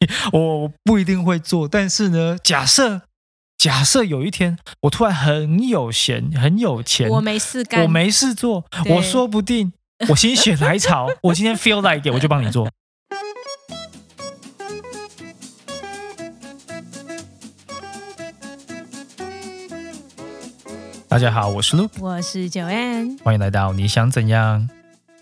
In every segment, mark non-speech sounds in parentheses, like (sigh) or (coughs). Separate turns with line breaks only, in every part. (laughs) 我不一定会做，但是呢，假设假设有一天我突然很有闲，很有钱，
我没事干，
我没事做，
对
我说不定我心血来潮，我今天 feel like it，我就帮
(laughs)
你做。大家好，我是 Luke，
我是九 N
欢迎来到你想怎样？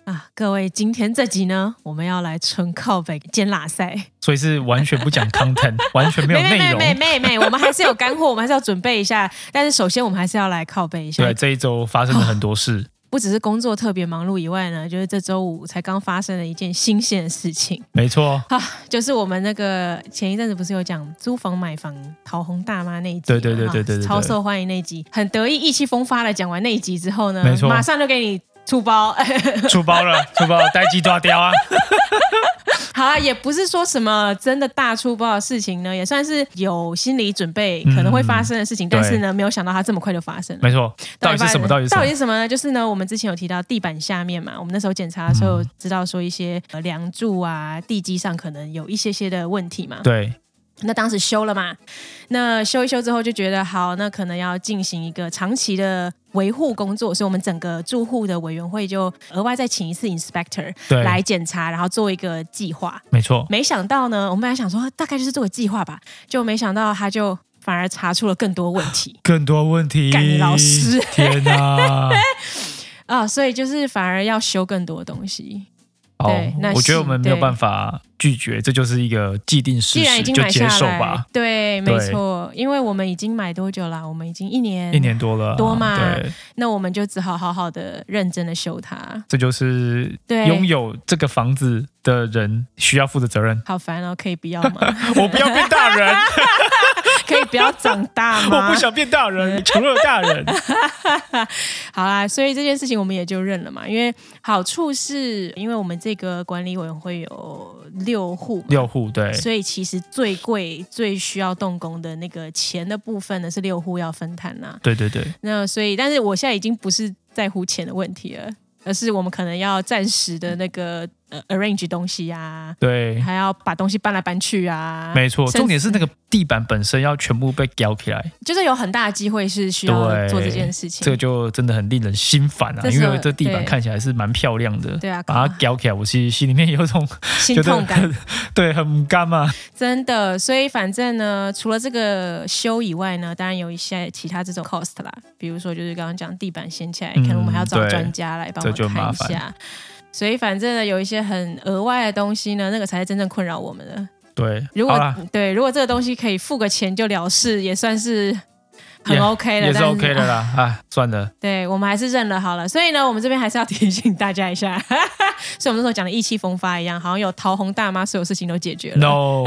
啊，各位，今天这集呢，我们要来纯靠北兼拉赛，
所以是完全不讲
(laughs)
content，完全没有内
没
容。
没没没，我们还是有干货，我们还是要准备一下。 (laughs) 但是首先，我们还是要来靠北一下，
对，这一周发生了很多事，
不只是工作特别忙碌以外呢，就是这周五才刚发生了一件新鲜的事情， (laughs)
没错，
就是我们那个前一阵子不是有讲租房买房桃红大妈那一集嘛，
对对对
哈
对对对对
超受欢迎那一集，很得意意气风发的讲完那一集之后呢
没，错
马上就给你出包。 (laughs)
出包了，出包了，待机抓雕 (laughs) 啊！
好啊，也不是说什么真的大粗暴的事情呢，也算是有心理准备
嗯
可能会发生的事情，
对
但是呢，没有想到它这么快就发生了。
没错，到底是什么？到底是什
到底
么？
是什么呢？就是呢，我们之前有提到地板下面嘛，我们那时候检查的时候
嗯
知道说一些呃梁柱啊、地基上可能有一些些的问题嘛。
对，
那当时修了嘛，那修一修之后就觉得好，那可能要进行一个长期的维护工作，所以我们整个住户的委员会就额外再请一次 inspector
对
来检查，然后做一个计划。
没错，
没想到呢，我们本来想说大概就是做个计划吧，就没想到他就反而查出了更多问
(laughs)
题
更多问题。
干你老师
(laughs) 天
(laughs)
哪！
啊、所以就是反而要修更多东西。
好
对那，
我觉得我们
是
没有
对
办法拒绝，这就是一个既定事
既然
实，
已经
就
买
接
下
受
来
吧。，
对，没
对
错，因为我们已经买多久了？我们已经一年，
一年多了啊，
嗯多嘛
对，
那我们就只好好好的、认真的修它。
这就是
对
拥有这个房子的人需要负的责
(laughs)。
任
好烦哦，可以不要吗？
(laughs) 我不要变大
(laughs)
人，
可以不要长大吗？
我不想变大人，除了大
(laughs)
人。
好啦，所以这件事情我们也就认了嘛，因为好处是因为我们这个管理委员会有六户嘛，
六户对，
所以其实最贵、最需要动工的那个钱的部分呢，是六户要分摊啦、
对对对，
那所以，但是我现在已经不是在乎钱的问题了，而是我们可能要暂时的那个呃 arrange 东西啊，
对，
还要把东西搬来搬去啊，
没错。
甚
重点是那个地板本身要全部被吊起来，
就是有很大的机会是需要
对
做这件事情。
这个就真的很令人心烦啊！
这是
因为这地板
对
看起来是蛮漂亮的，
对啊，
把它吊起来，我是心里面有一种
心
觉得
痛感
很对，很不啊甘嘛。
真的，所以反正呢，除了这个修以外呢，当然有一些其他这种 cost 啦，比如说就是刚刚讲地板掀起来，
嗯
可能我们还要找
对
专家来帮
这
我
就麻
看一
烦
下。所以反正呢，有一些很额外的东西呢，那个才是真正困扰我们的。
对，
如
好
果
啦，
对，如果这个东西可以付个钱就了事，也算是很
也
OK 了
也是
但
OK
(laughs)
的啦，啊，算了，
对我们还是认了好了。所以呢，我们这边还是要提醒大家一下， (laughs) 所以我们那时候讲的意气风发一样，好像有桃红大妈，所有事情都解决了。
No，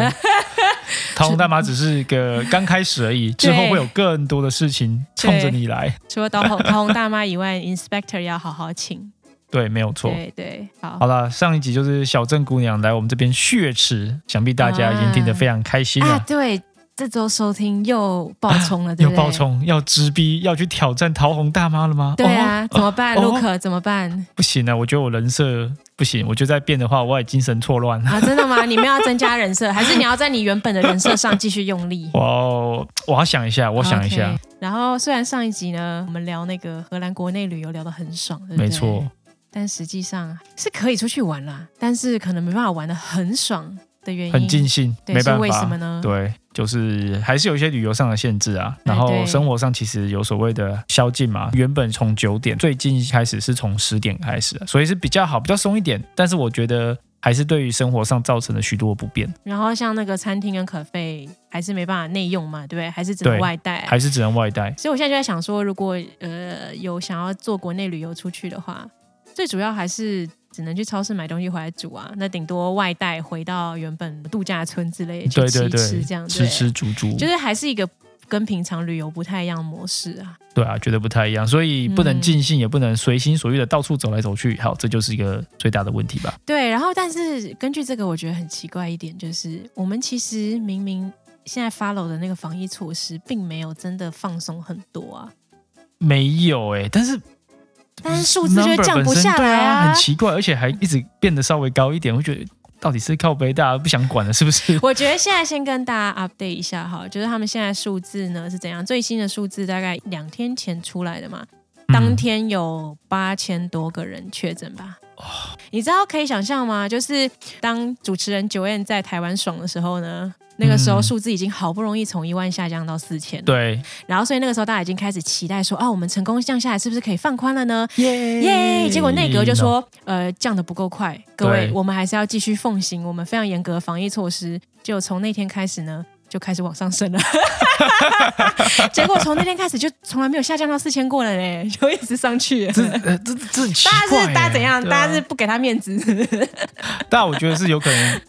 桃红大妈只是一个刚开始而已，之后会有更多的事情冲着你来。
除了桃红桃红大妈以外，Inspector (laughs) 要好好请。
对，没有错。
对对，好啊
好了，上一集就是小郑姑娘来我们这边血池，想必大家已经听得非常开心了。
啊，对，这周收听又爆冲
(coughs)
了，对
有
不对？
爆。冲，要直逼，要去挑战桃红大妈了吗？
对啊，
哦
怎么办
哦
，Look？怎么办
不行啊，我觉得我人设不行，我觉得再变的话，我也精神错乱。
啊？真的吗？你们要增加人设，还是你要在你原本的人设上继续用力？
(laughs) 我我要想一下，我想一下
OK 然后虽然上一集呢，我们聊那个荷兰国内旅游聊得很爽，对不对
没错，，
但实际上是可以出去玩啦，但是可能没办法玩得很爽的原因，
很尽兴，
对，
没
是
办
为什
法
么。呢？
对，就是还是有一些旅游上的限制啊，
哎
然后
对
生活上其实有所谓的宵禁嘛。原本从九点，最近开始是从十点开始的，啊所以是比较好，比较松一点。但是我觉得还是对于生活上造成了许多不便，
然后像那个餐厅跟可费还是没办法内用嘛，对不对？还是只能
对
外带。啊
还是只能外带。
所以我现在就在想说，如果呃有想要做国内旅游出去的话，最主要还是只能去超市买东西回来煮啊，那顶多外带回到原本度假村之类去
对
吃
对
一
对，
吃这样
吃
对
吃足足，
就是还是一个跟平常旅游不太一样的模式啊。
对啊，觉得不太一样，所以不能
嗯
尽兴，也不能随心所欲的到处走来走去。好，这就是一个最大的问题吧。
对，然后但是根据这个，我觉得很奇怪一点，就是我们其实明明现在 follow 的那个防疫措施，并没有真的放松很多啊，
没有哎、但是
但是数字就降不下来
啊
啊
啊，很奇怪，而且还一直变得稍微高一点，我觉得到底是靠北大家不想管了，是不是？
(laughs) 我觉得现在先跟大家 update 一下哈，就是他们现在数字呢是怎样？最新的数字大概两天前出来的嘛，
嗯
当天有八千多个人确诊吧。你知道可以想象吗？就是当主持人九燕在台湾爽的时候呢，那个时候
嗯
数字已经好不容易从一万下降到四千、
嗯、，对，
然后所以那个时候大家已经开始期待说，啊，我们成功降下来，是不是可以放宽了呢？
耶
耶、结果内阁
嗯
就，说，呃，降的不够快，各位
对，
我们还是要继续奉行我们非常严格的防疫措施。就从那天开始呢，就开始往上升了。 (laughs) 结果从那天开始就从来没有下降到四千过了嘞，就一直上去了。
这呃这这很奇
大
怪
家是
耶
大家怎样？
对啊
大家是不给他面子？
但我觉得是有可能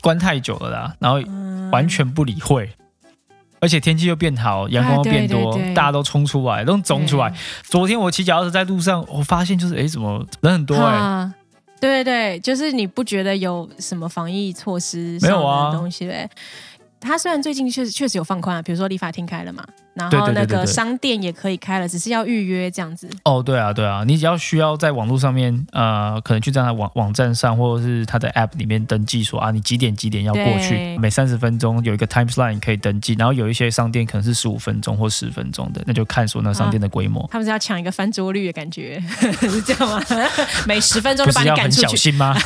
关太久了啦，然后
嗯
完全不理会，而且天气又变好，阳光又变多，
啊对对对
大家都冲出来，都冲出来。昨天我骑脚踏车在路上，我发现就是哎，诶怎么人很多哎、
啊对对对，就是你不觉得有什么防疫措施上
没有啊
的东西嘞？他虽然最近确实确实有放宽啊，比如说理发厅开了嘛，然
对
后
对对
那
对
个
对
商店也可以开了，只是要预约这样子。
哦，对啊，对啊，你只要需要在网络上面，呃，可能去在他网网站上，或者是他的 App 里面登记说啊，你几点几点要过去
对，
每三十分钟有一个 timeline 可以登记，然后有一些商店可能是十五分钟或十分钟的，那就看说那商店的规模。
他们是要抢一个翻桌率的感觉， (laughs) 是这
(laughs)
样吗？每十分钟
不
就把
是
你
要
赶
很
出
小
去，
心吗？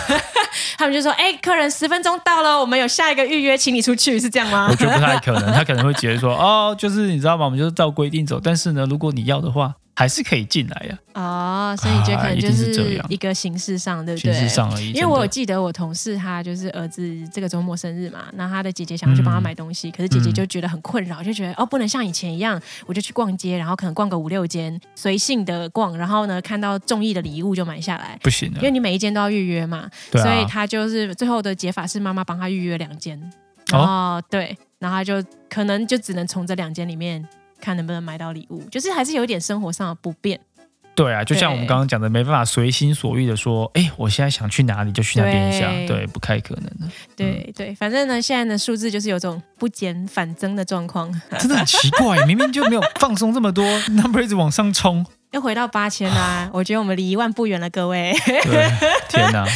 他们就说：“哎、客人十分钟到了，我们有下一个预约，请你出去。”是这样吗
(laughs) 我？觉得不太可能，他可能会直接说哦，就是你知道吗？我们就是照规定走，但是呢，如果你要的话，还是可以进来啊呀、
哦，所以你觉得可
啊
能
一
就
定是这样
一个形式上，对不
形
对？
式上而已。
因为我有
真的
记得我同事他就是儿子这个周末生日嘛，那他的姐姐想要去帮他买东
嗯
西，可是姐姐就觉得很困扰，就觉得哦不能像以前一样，我就去逛街，然后可能逛个五六间，随性的逛，然后呢看到中意的礼物就买下来。
不行的啊
因，为你每一间都要预约嘛，
对
所以
啊，
他就是最后的解法是妈妈帮他预约两间，
哦
哦，对，然后他就可能就只能从这两间里面看能不能买到礼物，就是还是有一点生活上的不便，
对啊，就像我们
对
刚刚讲的，没办法随心所欲的说，哎，我现在想去哪里就去那边一下，
对
对，不太可能的，
对、对，反正呢现在的数字就是有种不减反增的状况，
啊 (laughs) 真的很奇怪，明明就没有放松这么多，number (laughs) 一直往上
(laughs)
冲，
又回到八千
(sighs)
啦，我觉得我们离一万不远了，
(laughs)
各位
对，天哪，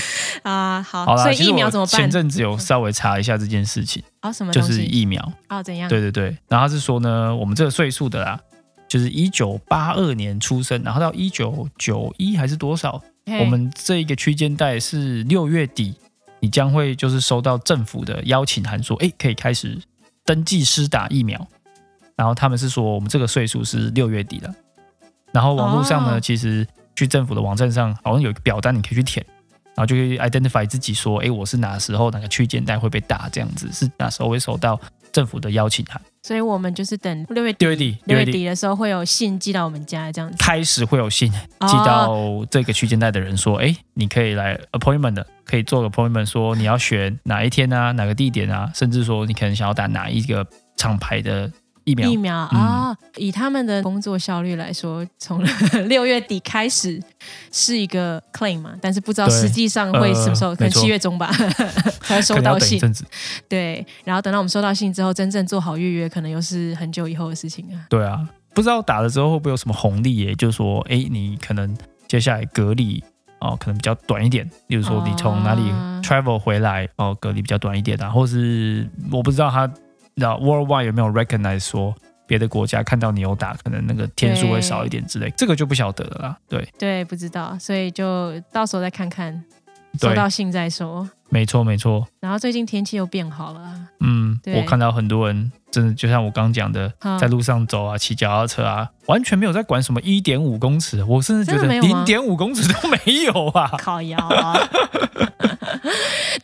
啊，好，
好啦，
所
其
以
实
疫苗
我
怎么办
前？阵子有稍微查一下这件事情，
哦，什么
就
东
是
西？
疫苗，
哦，怎样？
对对对，然后他是说呢，我们这个岁数的啦，就是一九八二年出生，然后到一九九一还是多少，
嘿
我们这一个区间带是六月底，你将会就是收到政府的邀请函说，哎，可以开始登记施打疫苗。然后他们是说，我们这个岁数是六月底了。然后网络上呢，
哦
其实去政府的网站上好像有一个表单，你可以去填，然后就可以 identify 自己说，哎，我是哪时候哪个区间带会被打，这样子是哪时候会收到政府的邀请函。
所以我们就是等六月
六月底，
六
六月
月
底
底的时候会有信寄到我们家这样子，
开始会有信寄
哦
到这个区间带的人说，哎、你可以来 appointment 的，可以做个 appointment，说你要选哪一天啊，哪个地点啊，甚至说你可能想要打哪一个厂牌的疫苗嗯
疫。苗啊、哦以他们的工作效率来说，从 (laughs) 六月底开始是一个 claim 嘛，但是不知道
对
实际上会什么时候，
呃
可能
没错
七月中吧 (laughs) 才会收
可能
到
要等一
信。
阵子，
对，然后等到我们收到信之后，真正做好预约，可能又是很久以后的事情啊。
对啊，不知道打了之后会不会有什么红利耶？就是说，哎、你可能接下来隔离哦，可能比较短一点，例如说你从哪里
哦
travel 回来哦，隔离比较短一点啊，或是我不知道他那 worldwide 有没有 recognize 说别的国家看到你有打，可能那个天数会少一点之类，这个就不晓得了啦。对，
对，不知道，所以就到时候再看看，
对
收到信再说。
没错，没错。
然后最近天气又变好了啊，
嗯，
对
我看到很多人真的就像我刚讲的，
哈 (laughs)
在路上走啊，骑脚踏车啊，完全没有在管什么一点五公尺，我甚至觉得
真的没有
零
吗
点五公尺都没有啊。
(laughs) 靠腰啊！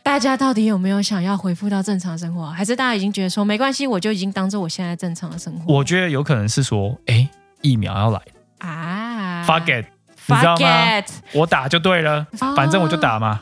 大家到底有没有想要恢复到正常生活啊？还是大家已经觉得说没关系，我就已经当做我现在正常的生活？
我觉得有可能是说，哎，疫苗要来
啊
，fuck it，你知道
fuck
吗
it，
我打就对了，(laughs)
哦
反正我就打嘛。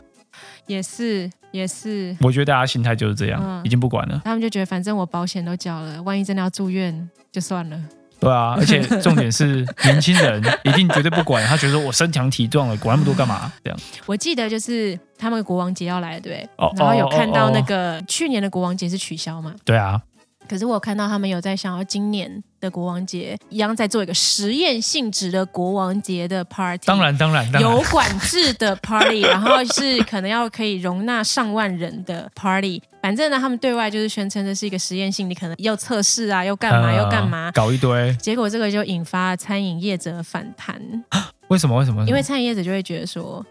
也是也是，
我觉得大家心态就是这样，
嗯
已经不管了。
他们就觉得反正我保险都缴了，万一真的要住院就算了。
对啊，而
(laughs)
且重点是年轻人一定绝对不管，他觉得我身强体壮了，管那么多干嘛？这样
我记得就是他们国王节要来了，对不对？
哦
然后有看
哦
到
哦
那个去年的国王节是取消嘛，
对啊，
可是我有看到他们有在想要今年的国王节一样在做一个实验性质的国王节的 party，
当然当然当然
有管制的 party，然后是可能要可以容纳上万人的 party。反正呢，他们对外就是宣称这是一个实验性，你可能要测试啊，要干嘛，
嗯
要干嘛。
搞一堆，
结果这个就引发餐饮业者反
(laughs)
弹，
为什么为什么？
因为餐饮业者就会觉得说，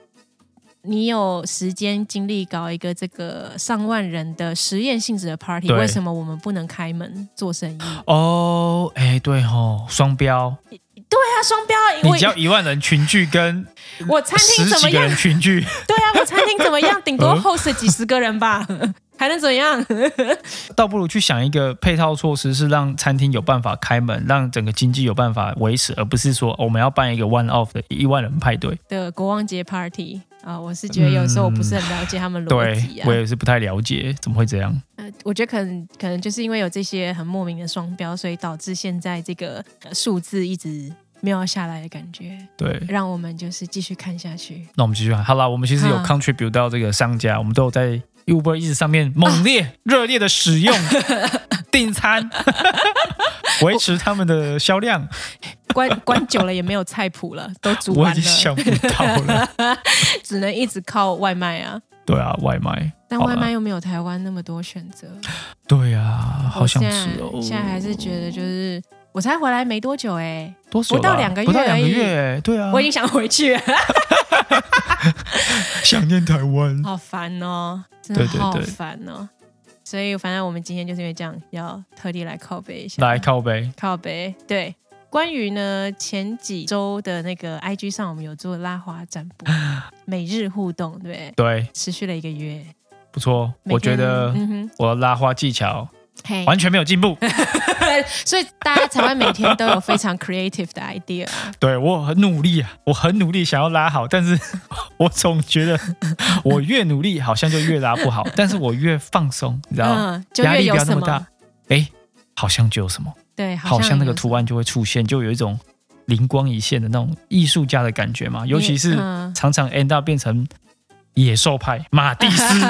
你有时间精力搞一个这个上万人的实验性质的 party，
对
为什么我们不能开门做生意？对
哦，哎、对吼，双标，
啊，双标，
你
我
只要一万人群聚跟
我餐厅
十
怎么
几个
样？
人群聚， (laughs)
对啊，我餐厅怎么样？顶多
嗯
host 几十个人吧， (laughs) 还能怎样？
倒不如去想一个配套措施，是让餐厅有办法开门，让整个经济有办法维持，而不是说哦我们要办一个 one off 的一万人派对。
的国王节 party 啊、我是觉得有时候我不是很了解他们逻
对
辑啊。
我也是不太了解，怎么会这样？
呃我觉得可能可能就是因为有这些很莫名的双标，所以导致现在这个呃数字一直没有下来的感觉，
对，
让我们就是继续看下去。
那我们继续看。好啦，我们其实有
嗯
contribute 到这个商家，我们都有在 Uber Eats 上面猛烈、热烈的使
(laughs)
用订餐，维持他们的销量。
关 (laughs) 关久了也没有菜谱了，都煮
我
完
已经
了，
想不到了。
(laughs) 只能一直靠外卖啊。
对啊，外卖。
但
好吧
外卖又没有台湾那么多选择，
对啊，好想
我
吃
现在
哦。
现在还是觉得就是我才回来没多久哎、
多久啦
不到两个月
不到两个
而已
月，对啊，
我已经想回去了，
(laughs) 想念台湾。
(laughs) 好烦哦，真的
对对
好
对
烦哦。所以反正我们今天就是因为这样，要特地来靠背一下，
来靠背，
靠背。对，关于呢前几周的那个 IG 上，我们有做拉花占
(laughs)
卜，每日互动，对不对，
对，
持续了一个月。
不错。
每天
我觉得
嗯哎哼，
我拉花技巧
嘿，
完全没有进
(laughs)
步。
所以大家才会每天都有非常 creative
(laughs)
的 idea 啊。
对我很努力啊，我很努力想要拉好，但是 (laughs) 我总觉
(laughs)
得我越努力好像就越拉不好，但是我越放松，你知道吗？
嗯，
啊
就
压
越
力
有
不要那
什
么大
么，，
哎，好像就有什么，
对，
好像那个
有什
图案就会出现，就有一种灵光一现的那种艺术家的感觉嘛。
么
尤其是
嗯 (laughs)
常常 end up 变成野兽派马蒂斯，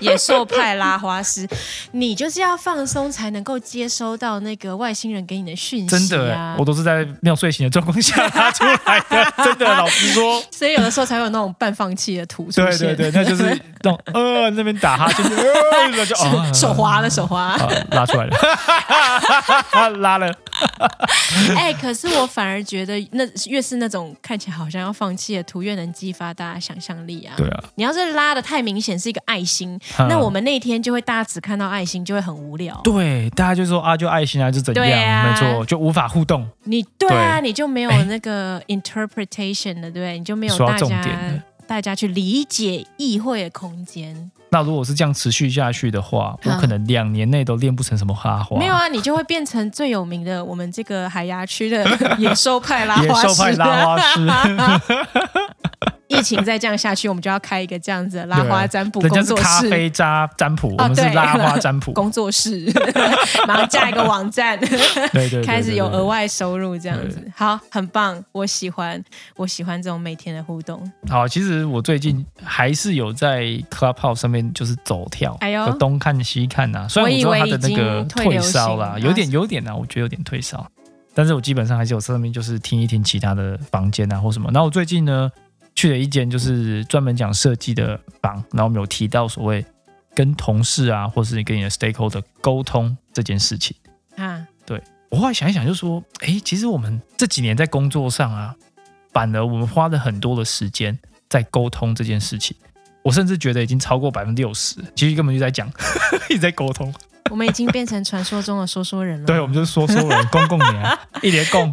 野兽派拉花师，你就是要放松才能够接收到那个外星人给你的讯息、啊。
真的欸，我都是在没有睡醒的状况下拉出来
(laughs)
的，真的，老实说。
所以有的时候才会有那种半放弃的图出
对
现。
对
(laughs)
对，那就是那种呃那边打哈欠，呃然后就哦
手滑了，手滑。
啊，拉出来了， (laughs) 拉了。
哎、可是我反而觉得那，越是那种看起来好像要放弃的图，越能激发大家想象力啊。
对啊，
你要是拉的太明显是一个爱心，
嗯
那我们那天就会大家只看到爱心，就会很无聊。
对大家就说啊，就爱心啊，就怎
对
样，
啊
没错，就无法互动。
你对啊，
对
你就没有
哎
那个 interpretation 了，对不对？你就没有
说到
大
重
家
点了
大家去理解议会的空间。
那如果是这样持续下去的话，我
嗯
可能两年内都练不成什么哈花。
没有啊，你就会变成最有名的我们这个海牙
(laughs)
区的野兽派啊拉
野
花
兽派
师。
拉
(laughs)
花师，
疫情再这样下去，我们就要开一个这样子的拉花占卜
啊人家
工
是
作
咖
室。哦
啡渣占卜，我们是
对
拉
(laughs)
花占卜。
工作室， (laughs) 马上加一个网站，
(laughs) 对对，对
开始有额。
对
外收入这样子，好，很棒，我喜欢，我喜欢这种每天的互动。
对好，其实我最近还是有在 Clubhouse 上面就是走跳，
哎呦
就东看西看呐、虽然我知道他的那
我以为
个
已经退
退
流行
烧啦，
啊
有点有点啊，我觉得有点退烧，但是我基本上还是有在上面就是听一听其他的房间啊或什么。然后我最近呢去了一间就是专门讲设计的房，然后我们有提到所谓跟同事啊，或是跟你的 stakeholder 沟通这件事情。
啊，
我后来想一想，就说，哎，其实我们这几年在工作上啊，反而我们花了很多的时间在沟通这件事情。我甚至觉得已经超过百分之六十，其实根本就在讲， (laughs) 一直在沟通。
我们已经变成传说中的说说人了。
(laughs) 对，我们就是说说人，公共年，一连共。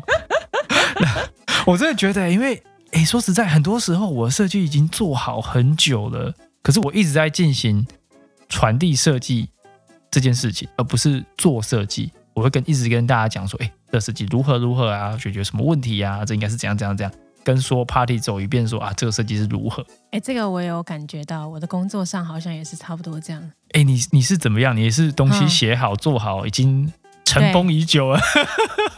(laughs) 我真的觉得，因为哎，说实在，很多时候我的设计已经做好很久了，可是我一直在进行传递设计这件事情，而不是做设计。我会跟一直跟大家讲说，哎，这设计如何如何啊，解决什么问题啊，这应该是怎样怎样怎样，跟说 party 走一遍说啊，这个设计是如何。
哎，这个我有感觉到，我的工作上好像也是差不多这样。
哎，你你是怎么样？你是东西
嗯
写好、做好，已经尘封已久了。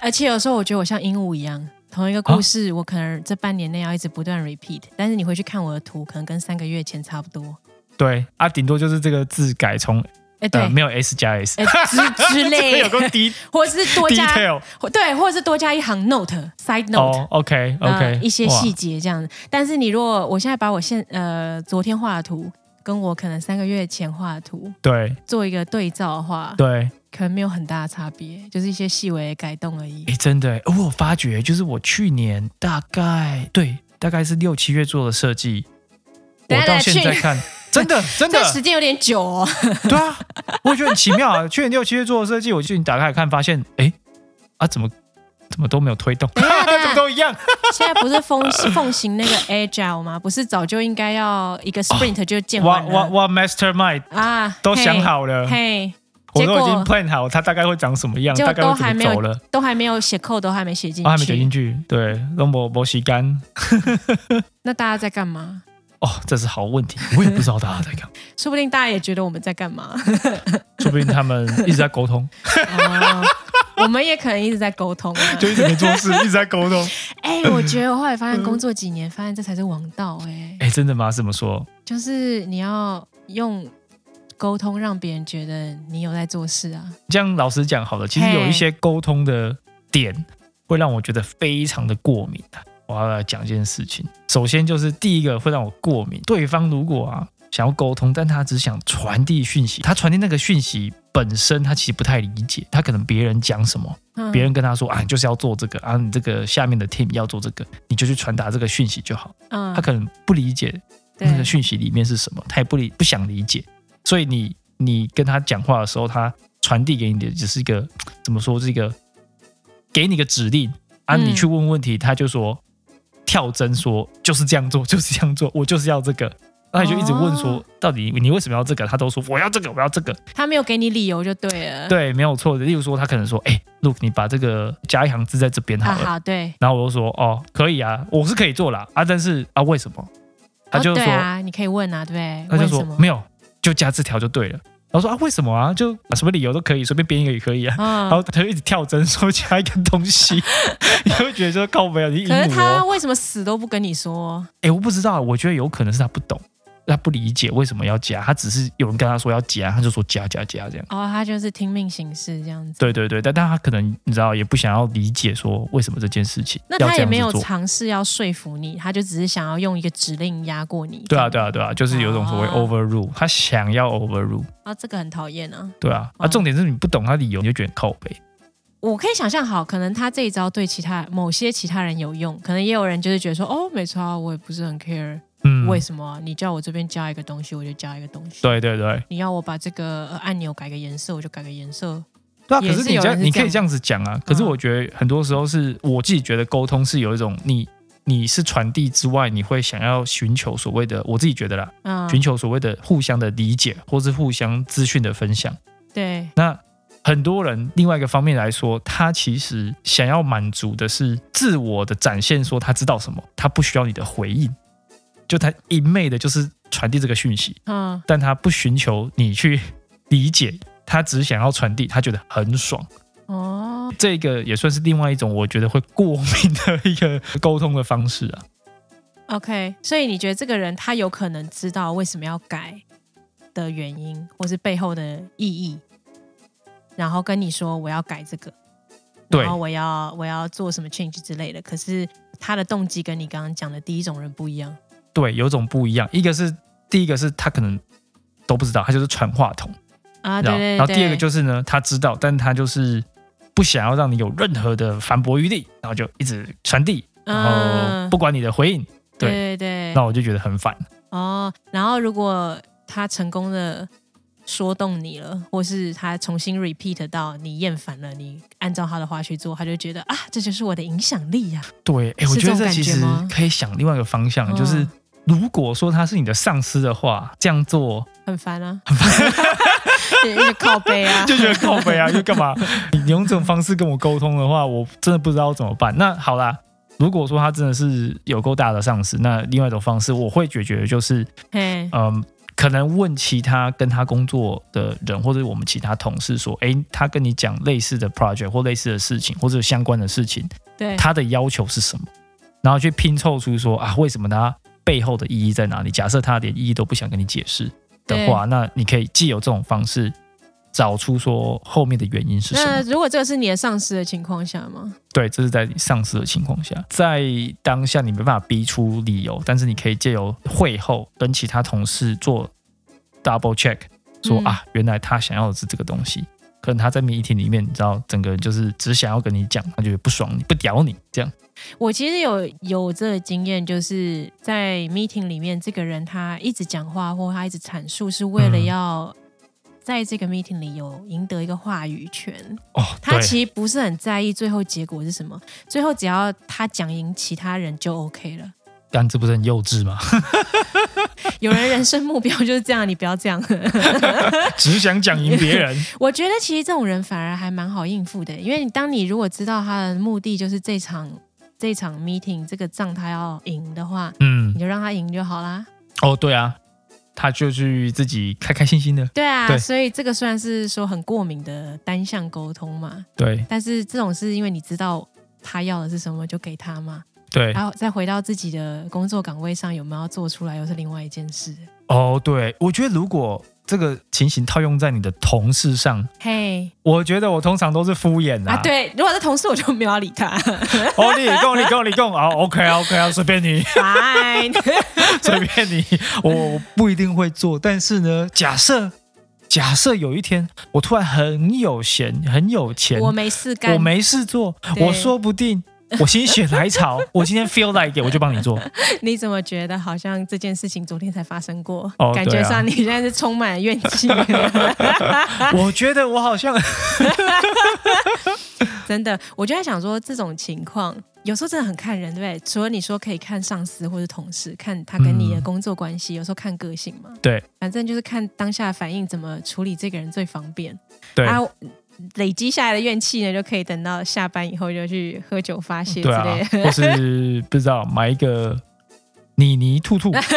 而且有时候我觉得我像鹦鹉一样，同一个
啊
故事，我可能这半年内要一直不断 repeat。但是你
(laughs)
回去看我的图，可能跟三个月前差不多。
对啊，顶多就是这个字改从
哎，对
呃，，没有 S 加 S，
哎
(laughs)
之之类
有，个 D
或者是多加，
detail
或对，或者是多加一行 note side note，
哦，OK
呃
OK，
一些细
哇
节这样子。但是你如果我现在把我现呃昨天画的图跟我可能三个月前画的图
对
做一个对照的话，
对，
可能没有很大的差别，就是一些细微的改动而已。
哎，真的诶，我有发觉，就是我去年大概对，大概是六七月做的设计，
等一
我
下
到
等一下
现在
去
看， (laughs) 真的真的
这，时间有点久哦，
对啊，我也觉得很奇妙啊。去年六七月做的设计，我最近打开来看，发现哎啊，怎么怎么都没有推动，
一 (laughs) 下等一下
怎么都一样。
现在不是风奉行那个 agile 吗？不是早就应该要一个 sprint 就建
哇
完
哇
了
哇，Mastermind
啊？
都想
嘿，
好了，
嘿，
我都已
结
经
果
plan 好它大概会长什么样，
结
大概
果
会
都还
怎么
没有
走了，
都还没有写扣，都还没写进
我哦还没写进
去，
去，对，都没没洗干。
那大家在干嘛？
哦，这是好问题，我也不知道大家在干嘛，
说不定大家也觉得我们在干嘛。
(laughs) 说不定他们一直在沟通，
哦，我们也可能一直在沟通、啊。
就一直嗯没做事，一直在沟通。
哎、我觉得我后来发现，工作几年，发现这才是王道、哎，
哎，真的吗？怎么说？
就是你要用沟通让别人觉得你有在做事啊。
这样老实讲好了，其实有一些沟通的点会让我觉得非常的过敏啊。我要来讲一件事情，首先就是第一个会让我过敏，对方如果啊想要沟通，但他只想传递讯息，他传递那个讯息本身他其实不太理解，他可能别人讲什么。
嗯
别人跟他说啊，你就是要做这个啊，你这个下面的 team 要做这个，你就去传达这个讯息就好。
嗯
他可能不理解
对
那个讯息里面是什么，他也不理不想理解，所以你你跟他讲话的时候，他传递给你的只是一个怎么说，这个给你个指令啊，
嗯
你去问问题，他就说跳针说就是这样做，就是这样做，我就是要这个。那你就一直问说，
哦嗯
到底你为什么要这个？他都说我要这个，我要这个。
他没有给你理由就对了。
对，没有错的。例如说，他可能说：“哎、l o o k 你把这个加一行字在这边好
啊，
了。
好，对。
然后我就说：“哦，可以啊，我是可以做啦。啊，但是啊，为什么？”他就说：“
哦、对啊，你可以问啊，对
他
不对？
就
为
说
什么？
没有，就加这条就对了。”然后说：“啊，为什么啊？就啊什么理由都可以，随便编一个也可以啊。”然
嗯，
后他就一直跳针说加一个东
(laughs)
西，你会觉得说靠没有你引
可是
我
他
哦。
为什么死都不跟你说？
哎，我不知道，我觉得有可能是他不懂，他不理解为什么要加，他只是有人跟他说要加，他就说加加加这样。
哦，他就是听命行事这样子。
对对对，但但他可能你知道也不想要理解说为什么这件事情
那
要
他
这
也
样
没
子
有
做。
尝试要说服你，他就只是想要用一个指令压过你。
对啊，对啊，对啊，就是有一种所谓
哦
overrule，、他想要 overrule，
啊，这个很讨厌啊！
对啊，啊，
哦
重点是你不懂他理由，你就觉得很靠背，
我可以想象，好，可能他这一招对其他某些其他人有用，可能也有人就是觉得说，哦，没差，我也不是很 care，、
嗯，
为什么啊、你叫我这边加一个东西，我就加一个东西。
对对对，
你要我把这个呃按钮改个颜色，我就改个颜色。
对啊，
也
可
是
是你
有
这
人
样，
是
你
这
可以
样
这样子讲啊，可是
嗯
我觉得很多时候是我自己觉得沟通是有一种你你是传递之外，你会想要寻求所谓的，我自己觉得啦，
嗯，
寻求所谓的互相的理解，或是互相资讯的分享。
对，
那很多人另外一个方面来说，他其实想要满足的是自我的展现，说他知道什么，他不需要你的回应，就他一昧的就是传递这个讯息，
嗯，
但他不寻求你去理解，他只想要传递，他觉得很爽。
哦，
这个也算是另外一种我觉得会过敏的一个沟通的方式啊。
OK，所以你觉得这个人他有可能知道为什么要改的原因，或是背后的意义，然后跟你说我要改这个，
对
然后我要我要做什么 change 之类的。可是他的动机跟你刚刚讲的第一种人不一样。
对，有种不一样，一个是第一个是他可能都不知道，他就是传话筒。
啊，
然
对
后，
对对，
然后第二个就是呢，他知道，但他就是不想要让你有任何的反驳余地，然后就一直传递，然后
嗯
不管你的回应，对
对对
那
对，
我就觉得很烦。
哦，然后如果他成功的说动你了，或是他重新 repeat 到你厌烦了，你按照他的话去做，他就觉得啊，这就是我的影响力呀、
对，哎，我
是
觉得
这种
这
感
其
觉
实
吗
可以想另外一个方向，
嗯
就是如果说他是你的上司的话，这样做
很烦啊，很烦， (laughs) 一直靠背啊，
就觉得靠背
(laughs)
啊，就干嘛？你你用这种方式跟我沟通的话，我真的不知道怎么办。那好啦。如果说他真的是有够大的上司，那另外一种方式我会解决的就是
嘿，
嗯，可能问其他跟他工作的人，或者我们其他同事说，诶，他跟你讲类似的 project 或类似的事情，或者相关的事情，
对，
他的要求是什么？然后去拼凑出说啊，为什么他背后的意义在哪里？假设他连意义都不想跟你解释的话，那你可以既有这种方式找出说后面的原因是什
那
么。
如果这个是你的上司的情况下吗？
对，这是在你上司的情况下，在当下你没办法逼出理由，但是你可以借由会后跟其他同事做 double check，说、
嗯
啊，原来他想要的是这个东西。可能他在 meeting 里面，你知道，整个人就是只想要跟你讲，他觉得不爽你，不屌你这样。
我其实有有这个经验，就是在 meeting 里面，这个人他一直讲话或他一直阐述，是为了
嗯
要在这个 meeting 里有赢得一个话语权。
哦，
他
对，
其实不是很在意最后结果是什么，最后只要他讲赢其他人就 OK 了。
但这不是很幼稚吗？
有人人生目标就是这样，你不要这样。
(laughs) 只想讲赢别人。
我觉得其实这种人反而还蛮好应付的，因为你当你如果知道他的目的就是这场这场 meeting 这个仗他要赢的话，
(laughs) 嗯
你，就让他赢就好啦。
哦，对啊，他就去自己开开心心的。
对啊，
对
所以这个虽然是说很过敏的单向沟通嘛，
对
但是这种是因为你知道他要的是什么就给他嘛，
对，
然后再回到自己的工作岗位上有没有要做出来又是另外一件事。
哦，对，我觉得如果这个情形套用在你的同事上，
嘿、
我觉得我通常都是敷衍的、
啊，。对，如果是同事我就没有要理
(laughs)
他
哦，你供你供你供，好，OK 啊 OK 啊，随便你 (laughs)
，fine。
随便你，我我不一定会做，但是呢，假设假设有一天我突然很有闲，很有钱，
我没事干，
我没事做，
对
我说不定。我心血来
(laughs)
潮，我今天 feel like it，我就帮你做。
你怎么觉得好像这件事情昨天才发生过？
哦
感觉
对啊
上你现在是充满了怨
(laughs)
气，
我觉得我好像
(laughs) 真的。我就在想说，这种情况有时候真的很看人，对不对？除了你说可以看上司或是同事，看他跟你的
嗯
工作关系，有时候看个性嘛。
对，
反正就是看当下的反应怎么处理，这个人最方便。
对
啊，累积下来的怨气呢，就可以等到下班以后就去喝酒发泄之
对啊
类的，，
或是不知道买一个妮妮兔
(laughs) 啊
兔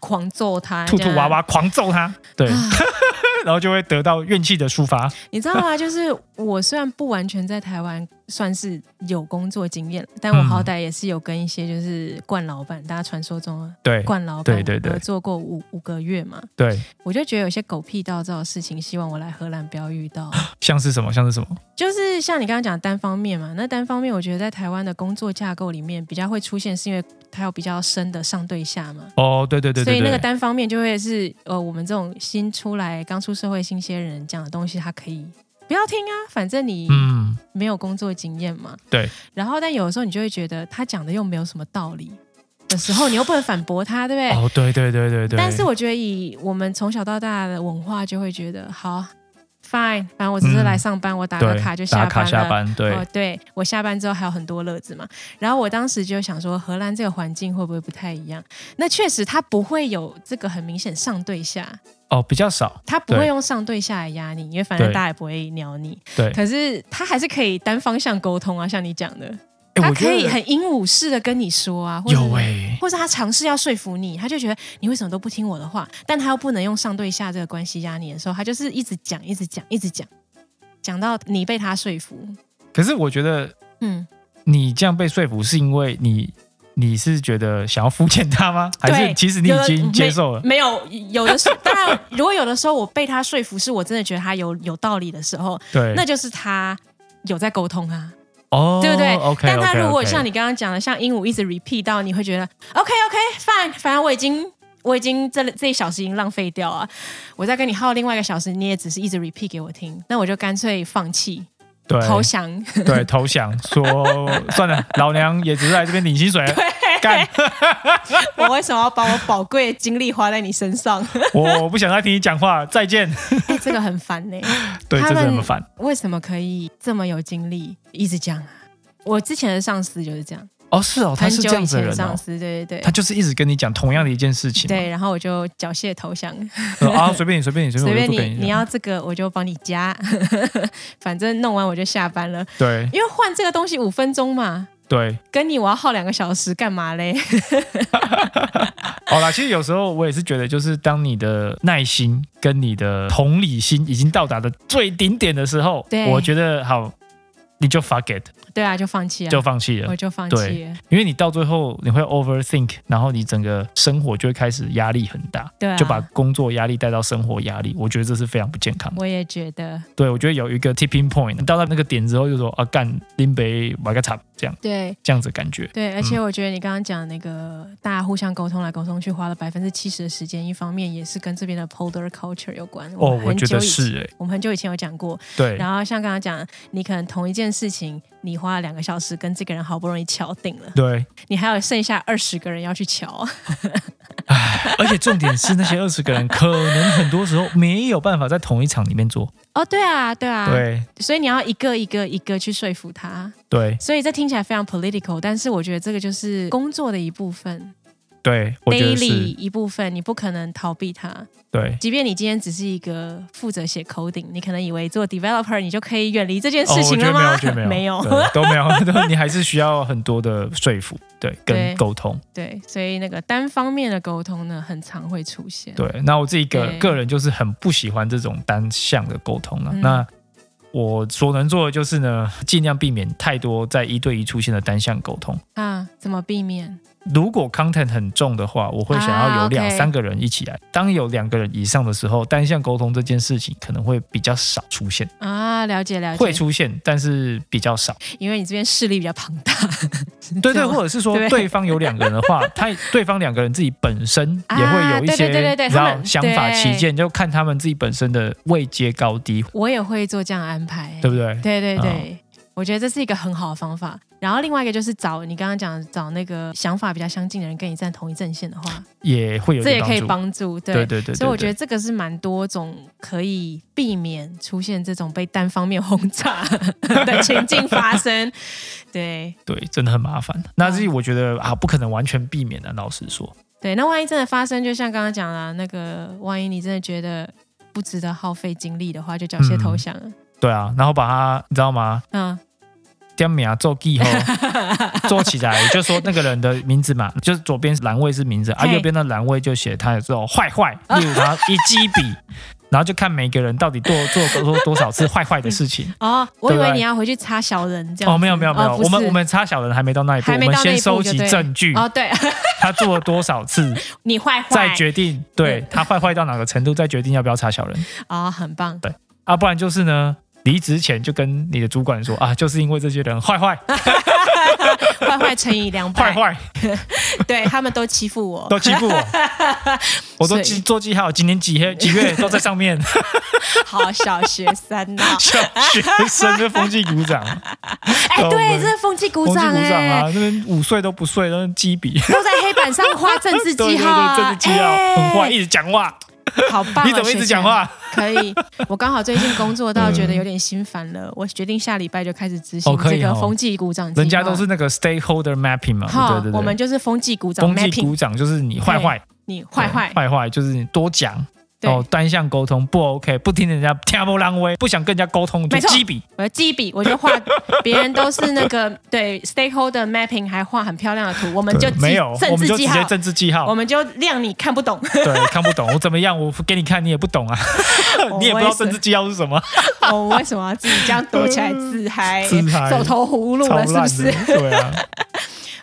狂揍他，
兔兔
这样
娃娃狂揍他，
(laughs)
对， (laughs) 然后就会得到怨气的抒发。
你知道
(laughs)
吗？就是我虽然不完全在台湾算是有工作经验，但
嗯
我好歹也是有跟一些就是冠老板，大家传说中的
对
冠老板
对对对
合作过五五个月嘛，
对，
我就觉得有些狗屁倒灶的事情，希望我来荷兰不要遇
(laughs)
到。
像是什么？像是什么？
就是像你刚刚讲的单方面嘛，那单方面我觉得在台湾的工作架构里面比较会出现，是因为它有比较深的上对下嘛。
哦，对对对
所以
对
那个
对，
单方面就会是呃，我们这种新出来、刚出社会新鲜人讲的东西，他可以不要听啊，反正你
嗯，
没有工作经验嘛。
对。
然后，但有的时候你就会觉得他讲的又没有什么道理的时候，你又不能反驳他，对不对？
哦，对对对对对。
但是我觉得以我们从小到大的文化，就会觉得好，fine，反正我只是
嗯
来上班，我打个
对
卡就
打
下
卡
班
下
了。
班，对
哦，对我下班之后还有很多乐子嘛。然后我当时就想说，荷兰这个环境会不会不太一样？那确实，它不会有这个很明显上对下，
哦，比较少，
它不会
对
用上对下来压你，因为反正
对
大家也不会鸟你。
对。
可是他还是可以单方向沟通啊，像你讲的，
哎
他
我觉
可
得
以很鹦鹉式的跟你说啊，或者
有哎、
或者他尝试要说服你，他就觉得你为什么都不听我的话，但他又不能用上对下这个关系压你的时候，他就是一直讲，一直讲，一直讲，讲到你被他说服。
可是我觉得
嗯，
你这样被说服，是因为你你是觉得想要肤浅他
(laughs)
吗？还是
对
其实你已
有的
经接受了？
没有，嗯有的时候，当然，如果有的时候我被他说服，是我真的觉得他有有道理的时候，
对，
那就是他有在沟通啊。
哦，
对不对
o k
但他如果
o k
像你刚刚讲的，像鹦鹉一直 repeat 到，你会觉得 OK OK fine，反正我已经我已经这这一小时已经浪费掉啊，我再跟你耗另外一个小时，你也只是一直 repeat 给我听，那我就干脆放弃
对
投降。 (laughs)
对，投降说算了，老娘也只是来这边领薪水，啊干，
我为什么要把我宝贵的精力花在你身
(laughs)
上？
我不想再听你讲话，再见。
哎这个很烦呢、
对，这
他
真
们
的很烦。
为什么可以这么有精力一直讲啊？我之前的上司就是这样，
哦，是哦，他
很
是这
久
样
以
子的
前的
人
上
哦，
司，对对
他
对。
就是一直跟你讲同样的一件事情嘛。 (laughs)
对，然后我就缴械投降。
说啊，随便你，随便你，随
随
便
便
我就不
你
给，
你要这个我就帮你加，反正弄完我就下班了。
对
因为换这个东西五分钟嘛，
对，
跟你我要耗两个小时干嘛嘞？ (laughs)
好啦，其实有时候我也是觉得，就是当你的耐心跟你的同理心已经到达的最顶点的时候
对，
我觉得好，你就 fuck it，
对啊，就放弃啊，
就放弃了
我，就放
对
弃了，
因为你到最后你会 overthink，然后你整个生活就会开始压力很大，
对啊，
就把工作压力带到生活压力，我觉得这是非常不健康的。
我也觉得，
对，我觉得有一个 tipping point，你到了那个点之后就说啊干林北买个茶这样
对
这样子的感觉，
对，而且我觉得你刚刚讲那个大家互相沟通来沟通去，花了百分之七十的时间，一方面也是跟这边的 polder culture 有关。
哦，
们
我
很
觉
久
得
以前，
是哎、
我们很久以前有讲过。
对，
然后像刚刚讲，你可能同一件事情，你花了两个小时跟这个人好不容易敲定了，
对，
你还有剩下二十个人要去敲。
而且重点是那些二十个人可能很多时候没有办法在同一场里面做，
(laughs) 哦，对啊，对啊，
对
所以你要一个一个一个去说服他。
对
所以这听起来非常 political，但是我觉得这个就是工作的一部分
对，我觉得
，daily
是
一部分，你不可能逃避它。
对。
即便你今天只是一个负责写 coding，你可能以为做 developer 你就可以远离这件
哦
事情了吗？
我觉得没有，我觉得
(laughs) 没有，
对都没有，都你还是需要很多的说服，对，
对
跟沟通。
(laughs) 对，所以那个单方面的沟通呢，很常会出现。
对，那我自己个
对
个人就是很不喜欢这种单向的沟通了、
嗯
那我所能做的就是呢，尽量避免太多在一对一出现的单向沟通。
啊，怎么避免？
如果 content 很重的话，我会想要
啊
有两、
OK
三个人一起来。当有两个人以上的时候，单向沟通这件事情可能会比较少出现，
啊，了解了解，
会出现，但是比较少。
因为你这边势力比较庞大，
对对，
吗
或者是说
(laughs) 对
对方有两个人的
(laughs)
话，他对方两个人自己本身
啊
也会有一些，
对对对对对
你知道
他们
想法
对
起见，就看他们自己本身的位阶高低，
我也会做这样安排。
对不对？
对对
嗯
对，我觉得这是一个很好的方法。然后另外一个就是找你刚刚讲找那个想法比较相近的人跟你站同一阵线的话，
也会有一
这
些
也可以
助。
帮助。对
对对对对，
所以我觉
得
得这个是蛮多种可以避免出现这种被单方面轰炸的情境发生。对
对，真的很麻烦。
嗯
那自己我觉得啊，不可能完全避免的，啊老实说，
对，那万一真的发生，就像刚刚讲了，那个万一你真的觉得不值得耗费精力的话，就缴械
嗯
投降。
对啊。然后把它，你知道吗？
嗯，
点名做记
(laughs)
后做起来，就说那个人的名字嘛，就是左边栏位是名字，啊，
嘿啊
右边的栏位就写他有这种坏坏，例如他一击
(laughs)
笔，然后就看每个人到底做做做多多少次坏坏的事情。
哦，我以
对
为
不对
你要回去插小人这样子。
哦，没有没有没有，
哦不
我们
是
我们插小人还没到那一步，
还
我
没
们
到那一
先收
步就
集
对
证据，
哦，对， (laughs)
他做了多少次，
你 (laughs) 坏坏，
再决定对
嗯
他坏坏到哪个程度，再决定要不要插小人。
哦，很棒。
啊，不然就是呢，离职前就跟你的主管说啊，就是因为这些人坏
(laughs)
坏
坏坏乘以两
坏
百，
坏
对他们都欺负我。
都欺负
(laughs)
我，我都
所
记
以
做记号，今年几
(laughs)
月几月都在上面，
好，小学生
(laughs)
呐、
小学生就风纪鼓掌，
哎、
哦
对，
对
这是风纪 (laughs) 鼓
风纪
掌
鼓掌
哎、
啊，那边午睡都不睡，那边记
(laughs)
笔，
都在黑板上画政治
对对
记号
对，
啊，
政治记号
哎
很坏，一直讲话，
好棒、
(laughs)
啊！
你怎么一直讲话？
学姐？可以，我刚好最近工作到觉得有点心烦了，我决定下礼拜就开始执行
哦可
这
以
个
哦
风纪鼓掌计划。
人家都是那个 stakeholder mapping 嘛，
哈，
对对
我们
对。
就是风纪鼓掌
风纪
mapping，
鼓掌就是你坏坏，
你坏坏
对，坏坏就是你多讲
对，
哦，单向沟通不 OK，不听人家听不浪威，不想跟人家沟通就
没错
记笔，
我记一笔，我就画，别人都是那个对 stakeholder mapping 还画很漂亮的图，我们就
对
记
没有，我
政
们
治
就直
记号
接。政治记
我
号，
们就让你看不懂，
对，看不懂，我怎么样，我给你看，你也不懂啊， (laughs)
哦
你也不知道政治记号是什么，
我为什么要自己这样躲起来自
(laughs)
嗨？
自嗨
哎走投无路
超
了，是
烂
不
的，
是？ (laughs)
对啊，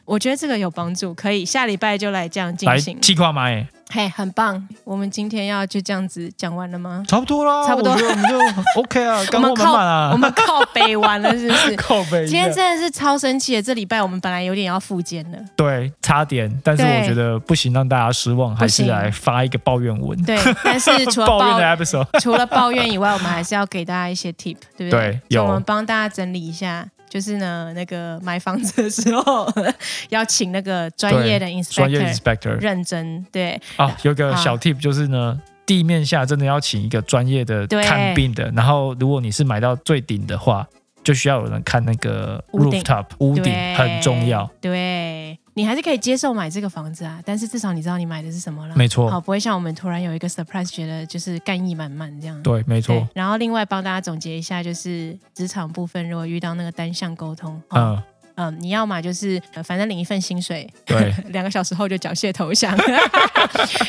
我觉得这个有帮助，可以下礼拜就来这样进
来
行。
气跨嘛，哎，
嘿，很棒！我们今天要就这样子讲完了吗？
差不多啦，
差不多
我觉得我们就 OK
(laughs)
啊，干货
们
满
靠
满啊，？
我们靠北完了，是不是
(laughs) 啊靠背一
今天
下，
真的是超生气的，这礼拜我们本来有点要复健了，
对，差点，但是
对
我觉得不行，让大家失望，还是
不行
来发一个抱怨文， (laughs)
对，但是除了
抱怨
抱
的 episode。
(laughs) 除了抱怨以外，我们还是要给大家一些 tip，对不对？
对
所以我
有
们帮大家整理一下，就是呢，那个买房子的时候 (laughs) 要请那个专业的
专业
inspector
inspector
认真，对
啊，有个
啊
小 tip 就是呢，地面下真的要请一个专业的
对
看病的，然后如果你是买到最顶的话，就需要有人看那个
屋顶
rooftop 屋顶
对
很重要，
对，你还是可以接受买这个房子啊，但是至少你知道你买的是什么了。
没
好，
错，
不会像我们突然有一个 surprise，觉得就是干意满满这样。
对，没
对
错，
然后另外帮大家总结一下，就是职场部分，如果遇到那个单向沟通，嗯
嗯，
嗯，你要嘛就是、呃反正领一份薪水，
对，
(laughs) 两个小时后就缴械投降，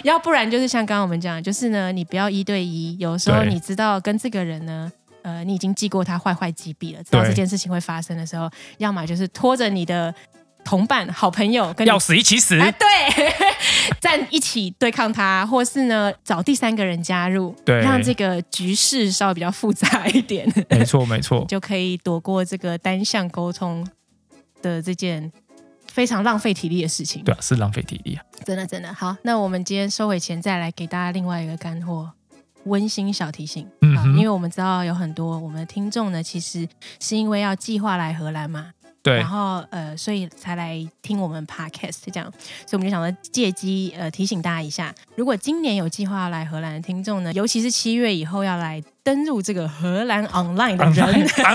要不然就是像刚刚我们讲的，就是呢，你不要一对一，有时候
对
你知道跟这个人呢。呃，你已经记过他坏坏几笔了，知道
对
这件事情会发生的时候，要么就是拖着你的同伴、好朋友跟你
(laughs) 要死一起死，
(laughs) 啊，对，站一起对抗他，或是呢找第三个人加入，
对
让这个局势稍微比较复杂一点， (laughs)
没错没错，
就可以躲过这个单向沟通的这件非常浪费体力的事情。
对啊，是浪费体力啊。
真的真的好。那我们今天收尾前再来给大家另外一个干货。温馨小提醒
嗯
啊，
哼
因为我们知道有很多我们的听众呢，其实是因为要计划来荷兰嘛，
对
然，后呃，所以才来听我们 podcast 这样，所以我们就想说借机呃提醒大家一下，如果今年有计划要来荷兰的听众呢，尤其是七月以后要来登入这个荷兰 online 的人，
(laughs) 哎
(laughs)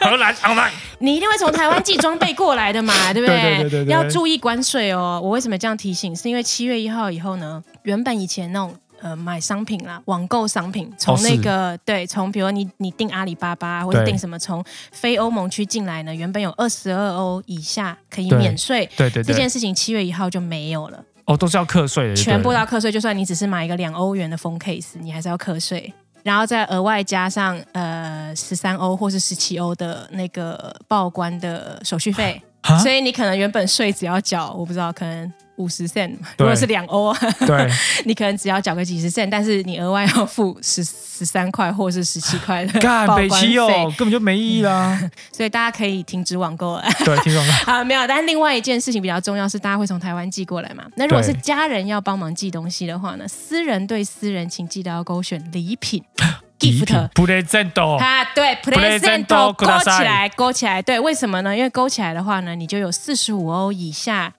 online 荷兰 online，
你一定会从台湾寄装备过来的嘛，
(laughs)
对不对？
对对对对对
要注意关税哦。我为什么这样提醒？是因为七月一号以后呢，原本以前那种。呃，买商品啦，网购商品，从
哦是
那个、对，从比如你你订阿里巴巴或者
对
订什么，从非欧盟区进来呢，原本有二十二欧以下可以
对
免税，
对对
这
对
件，事情七月一号就没有了，
哦，都是要课税的，就对了
全部都要课税。就算你只是买一个两欧元的封 case，你还是要课税，然后再额外加上呃十三欧或是十七欧的那个报关的手
(laughs)
续费，
啊
所以你可能原本税只要缴，我不知道可能。五十 cent，
对
如果是两欧啊，
对，
(laughs) 你可能只要缴个几十 cent，但是你额外要付十十三块或是十七块的
干
报
北
关
齐
费
哦，，根本就没意义
(laughs)
啦。
所以大家可以停止网购了。
对，听懂了，
(laughs) 啊，没有。但另外一件事情比较重要是，大家会从台湾寄过来嘛？那如果
对
是家人要帮忙寄东西的话呢，私人对私人，请记得要勾选礼 (gasps) 品 (laughs) gift。
present，
啊，对
Present
，present 哦
く
勾
ださい
起来，勾起来，对，为什么呢？因为勾起来的话呢，你就有四十五欧以下。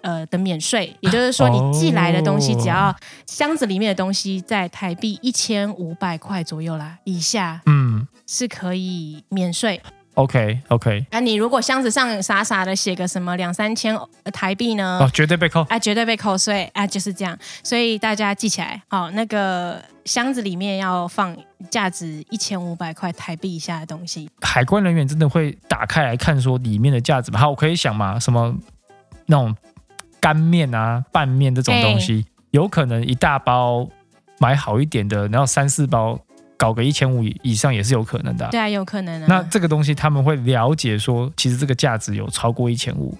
呃的免税，也就是说，
哦
你寄来的东西，只要箱子里面的东西在台币一千五百块左右啦以下，
嗯
是可以免税。
，OK OK，
啊，你如果箱子上傻傻的写个什么两三千呃台币呢？
哦，绝对被扣。
啊，绝对被扣税啊，就是这样。所以大家记起来，好，那个箱子里面要放价值一千五百块台币以下的东西。
海关人员真的会打开来看说里面的价值吗？好，我可以想嘛，什么那种干面啊、拌面这种东西，有可能一大包买好一点的，然后三四包搞个一千五以上也是有可能的啊、
对啊，有可能啊。
那这个东西他们会了解说，其实这个价值有超过一千五。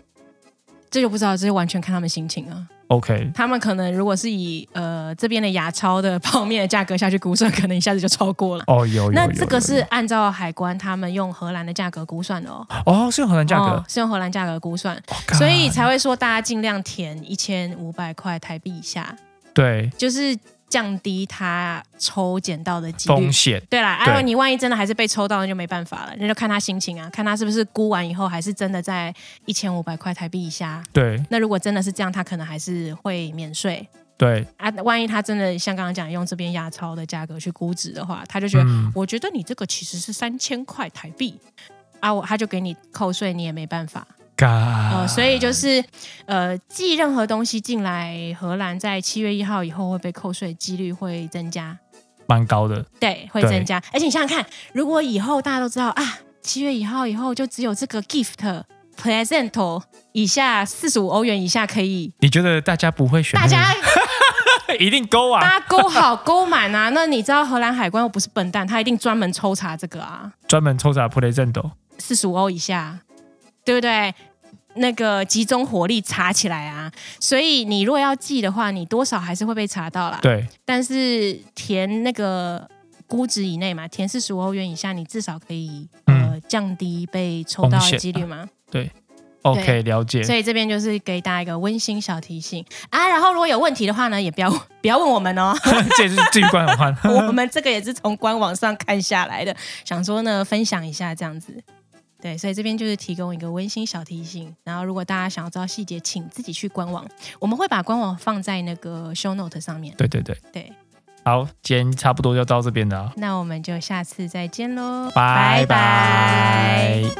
这就不知道，这就完全看他们心情啊。
OK，
他们可能如果是以呃这边的牙超的泡面的价格下去估算，可能一下子就超过了。
哦，有有有
那
有
这个是
有
按照海关他们用荷兰的价格估算的哦，
哦，是用荷兰价格，
哦是用荷兰价格估算。
哦
所以
干
才会说大家尽量填一千五百块台币以下，
对
就是降低他抽捡到的几率
风。险
对啦，
对
哎、啊，你万一真的还是被抽到，那就没办法了，那就看他心情啊，看他是不是估完以后还是真的在一千五百块台币以下。
对
那如果真的是这样，他可能还是会免税
对，
啊。万一他真的像刚刚讲用这边亚超的价格去估值的话，他就觉得、
嗯
我觉得你这个其实是三千块台币啊，我他就给你扣税，你也没办法。
干、
呃，所以就是呃，寄任何东西进来荷兰，在七月一号以后会被扣税，几率会增加，
蛮高的，
对，会
对
增加。而且你想想看，如果以后大家都知道啊，七月一号以后就只有这个 gift present 哦以下四十五欧元以下可以，
你觉得大家不会选
大
那个？
家
一定勾啊！
大家勾好 (laughs) 勾满啊。那你知道荷兰海关又不是笨蛋，他一定专门抽查这个啊，
专门抽查 Play 战斗，
四十五欧以下，对不对？那个集中火力查起来啊！所以你如果要寄的话，你多少还是会被查到啦。
对，
但是填那个估值以内嘛，填四十五欧元以下，你至少可以呃、降低被抽
嗯
到
风
的
险
几率嘛。
OK，了解。
所以这边就是给大家一个温馨小提醒啊。然后如果有问题的话呢，也不要不要问我们哦，
(laughs) 这是这一关很欢， (laughs)
我们这个也是从官网上看下来的，想说呢分享一下这样子。对，所以这边就是提供一个温馨小提醒。然后，如果大家想要知道细节，请自己去官网，我们会把官网放在那个 show note 上面。
对对对，
对，
好，今天差不多就到这边了啊，
那我们就下次再见喽，
拜拜。